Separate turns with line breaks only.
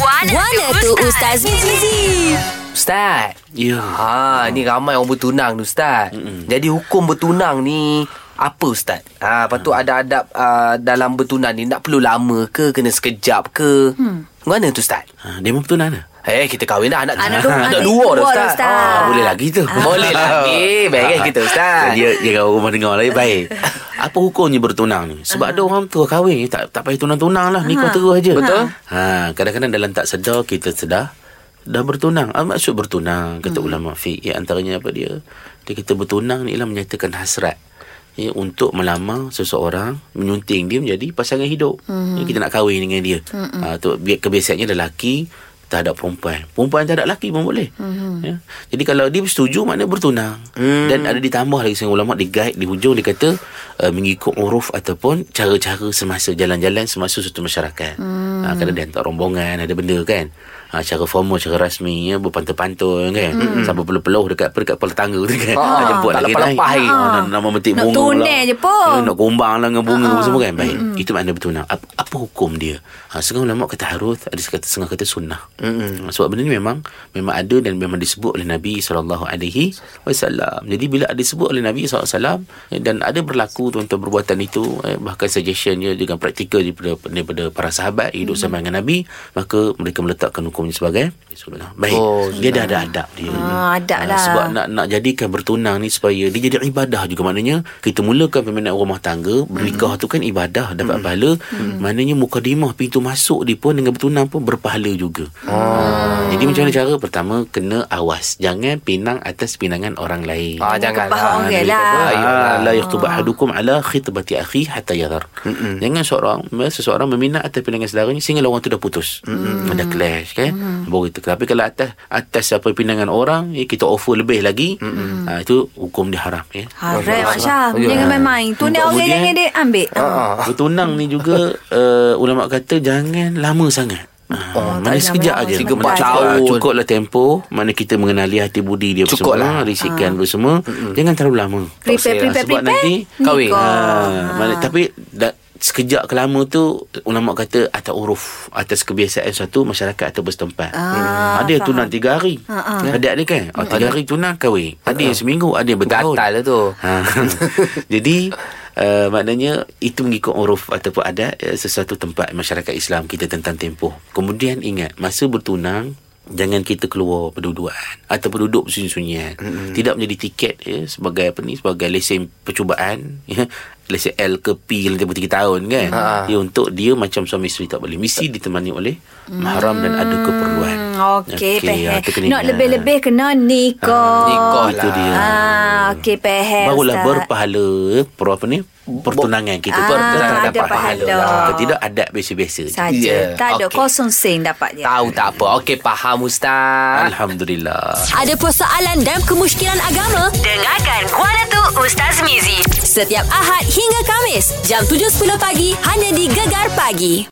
Wana tu Ustaz Mizi.
Ustaz Ya ha, Ni ramai orang bertunang ni Ustaz Mm-mm. Jadi hukum bertunang ni Apa Ustaz? Ha, lepas
Mm.
tu ada adab uh, dalam bertunang ni Nak perlu lama ke? Kena sekejap ke? Hmm. Mana tu Ustaz?
Ha, dia pun bertunang dah.
Eh kita kahwin dah anak,
Anak
dua,
dua-
anak
anak
dua dah
dua dah,
Ustaz,
Ustaz.
Ah,
Ah, boleh lagi tu.
Boleh lagi Baik kan kita Ustaz
Dia dia kau rumah dengar lah eh, baik. Apa hukumnya bertunang ni? Sebab ada orang tua kahwin tak tak payah tunang-tunang lah, nikah terus aja.
Ah. Betul.
Ha, kadang-kadang dalam tak sedar kita sedar dah bertunang. Ah, maksud bertunang
Hmm.
kata ulama fiqh ya, antaranya apa dia? Dia kita bertunang ni ialah menyatakan hasrat. Ya, untuk melamar seseorang menyunting dia menjadi pasangan hidup.
Mhm.
Ya, kita nak kahwin dengan dia. Mm-hmm. Ha, tu bi- kebiasaannya lelaki terhadap perempuan. Perempuan terhadap lelaki pun boleh.
Mhm.
Mm-hmm. Ya. Jadi kalau dia setuju maknanya bertunang.
Hmm.
Mm. Dan ada ditambah lagi seorang ulama di guide di hujung dia kata uh, mengikut uruf ataupun cara-cara semasa jalan-jalan semasa suatu masyarakat.
Hmm.
Mm. Ha, kadang dia hantar rombongan ada benda kan. Ha, cara formal, cara rasmi, ya, berpantun-pantun kan. Mm. Sampai peluh-peluh dekat dekat kepala tangga tu kan.
Hmm. Ah,
Ha, jemput
tak
lagi
lepas-lepas Ah, lagi.
Ha, nak, nak memetik
Ah. Nak
bunga
tunai je pun. Ah,
Ya, nak gombang lah dengan bunga uh-huh. semua kan. Baik. Mm-hmm. Itu makna bertunang. Apa, apa hukum dia? Ha, setengah ulama kata harus, ada setengah kata, setengah kata sunnah. Mm-hmm. Sebab benda ni memang memang ada dan memang disebut oleh Nabi SAW. Jadi bila ada disebut oleh Nabi SAW eh, dan ada berlaku tuan-tuan perbuatan itu eh, bahkan suggestionnya dengan praktikal daripada, daripada para sahabat hidup mm-hmm. sama dengan Nabi maka mereka meletakkan hukumnya sebagai sunnah. Baik.
Oh,
Oh, dia dah ada adab dia.
Ah, adab
Ah,
lah.
Sebab nak nak jadikan bertunang ni supaya dia jadi ibadah juga maknanya kita mulakan peminat rumah tangga bernikah tu kan ibadah dapat pahala maknanya mukadimah pintu masuk dia pun dengan bertunang pun berpahala juga hmm. jadi macam mana cara pertama kena awas jangan pinang atas pinangan orang lain
Ah, janganlah.
kepahang orang
Nabi
lah.
kata, ayolah.
Ah, la yakhtub ahadukum ala khitbati akhi hatta yadhar. Jangan seorang ya, seseorang meminat atas pilihan saudaranya sehingga orang tu dah putus. Mm-mm. Dah clash kan. Baru itu. Tapi kalau atas atas apa pinangan orang, eh, kita offer lebih lagi, ah, itu hukum dia haram ya.
Harap Mak Syah. Jangan main-main. Tunai orang
Kemudian-
jangan dia ambil.
Ah.
ah.
Bertunang ni juga uh, ulama kata jangan lama sangat. Oh, mana
tak jangan lama
sekejap aja Mana
sangat.
cukup-
Tahun.
Cukuplah tempo Mana kita mengenali hati budi dia
Cukup lah.
semua Risikan apa semua Jangan terlalu lama
Ah. Prepare,
Ah,
prepare,
Sebab
prepare.
nanti
kahwin.
Nikah. Ah.
Ha, mana, tapi da, sekejap kelama tu ulama kata atas uruf atas kebiasaan suatu masyarakat atau bersetempat. Hmm.
Ah,
ada
faham.
yang
Ah,
tunang tiga hari. Ada ni kan. Oh, tiga hari tunang kahwin. Ada yang seminggu, ada yang bertahun.
Hmm. Ah. Gatal lah tu.
Ha. Jadi uh, maknanya itu mengikut uruf ataupun adat uh, sesuatu tempat masyarakat Islam kita tentang tempoh. Kemudian ingat masa bertunang jangan kita keluar perduduan atau duduk sunyi-sunyian. Mm-hmm. Tidak menjadi tiket ya sebagai apa ni sebagai lesen percubaan ya lesen L ke P dalam tempoh 3 tahun kan.
Ha.
Ya untuk dia macam suami isteri tak boleh mesti ditemani oleh mahram dan ada keperluan.
Mm, Hmm, Okey, okay,
Okey, ha, tu kena
Nak
ingat.
lebih-lebih kena nikah.
Ah, nikah
Itu
lah.
dia.
Ah, okey, pehe.
Barulah berpahala per apa ni pertunangan kita
Ah,
pertunangan
ada
dapat
pahala.
pahala. Kalau tidak adat biasa-biasa. je.
Saja.
Ya,
Yeah. Tak ada
okey.
kosong sen dapat dia.
Tahu tak apa Okey faham Ustaz
Alhamdulillah.
Ada persoalan dan kemusykilan agama? Dengarkan Wana Tu Ustaz Mizi. Setiap Ahad hingga Kamis, jam 7.10 pagi, hanya di Gegar Pagi.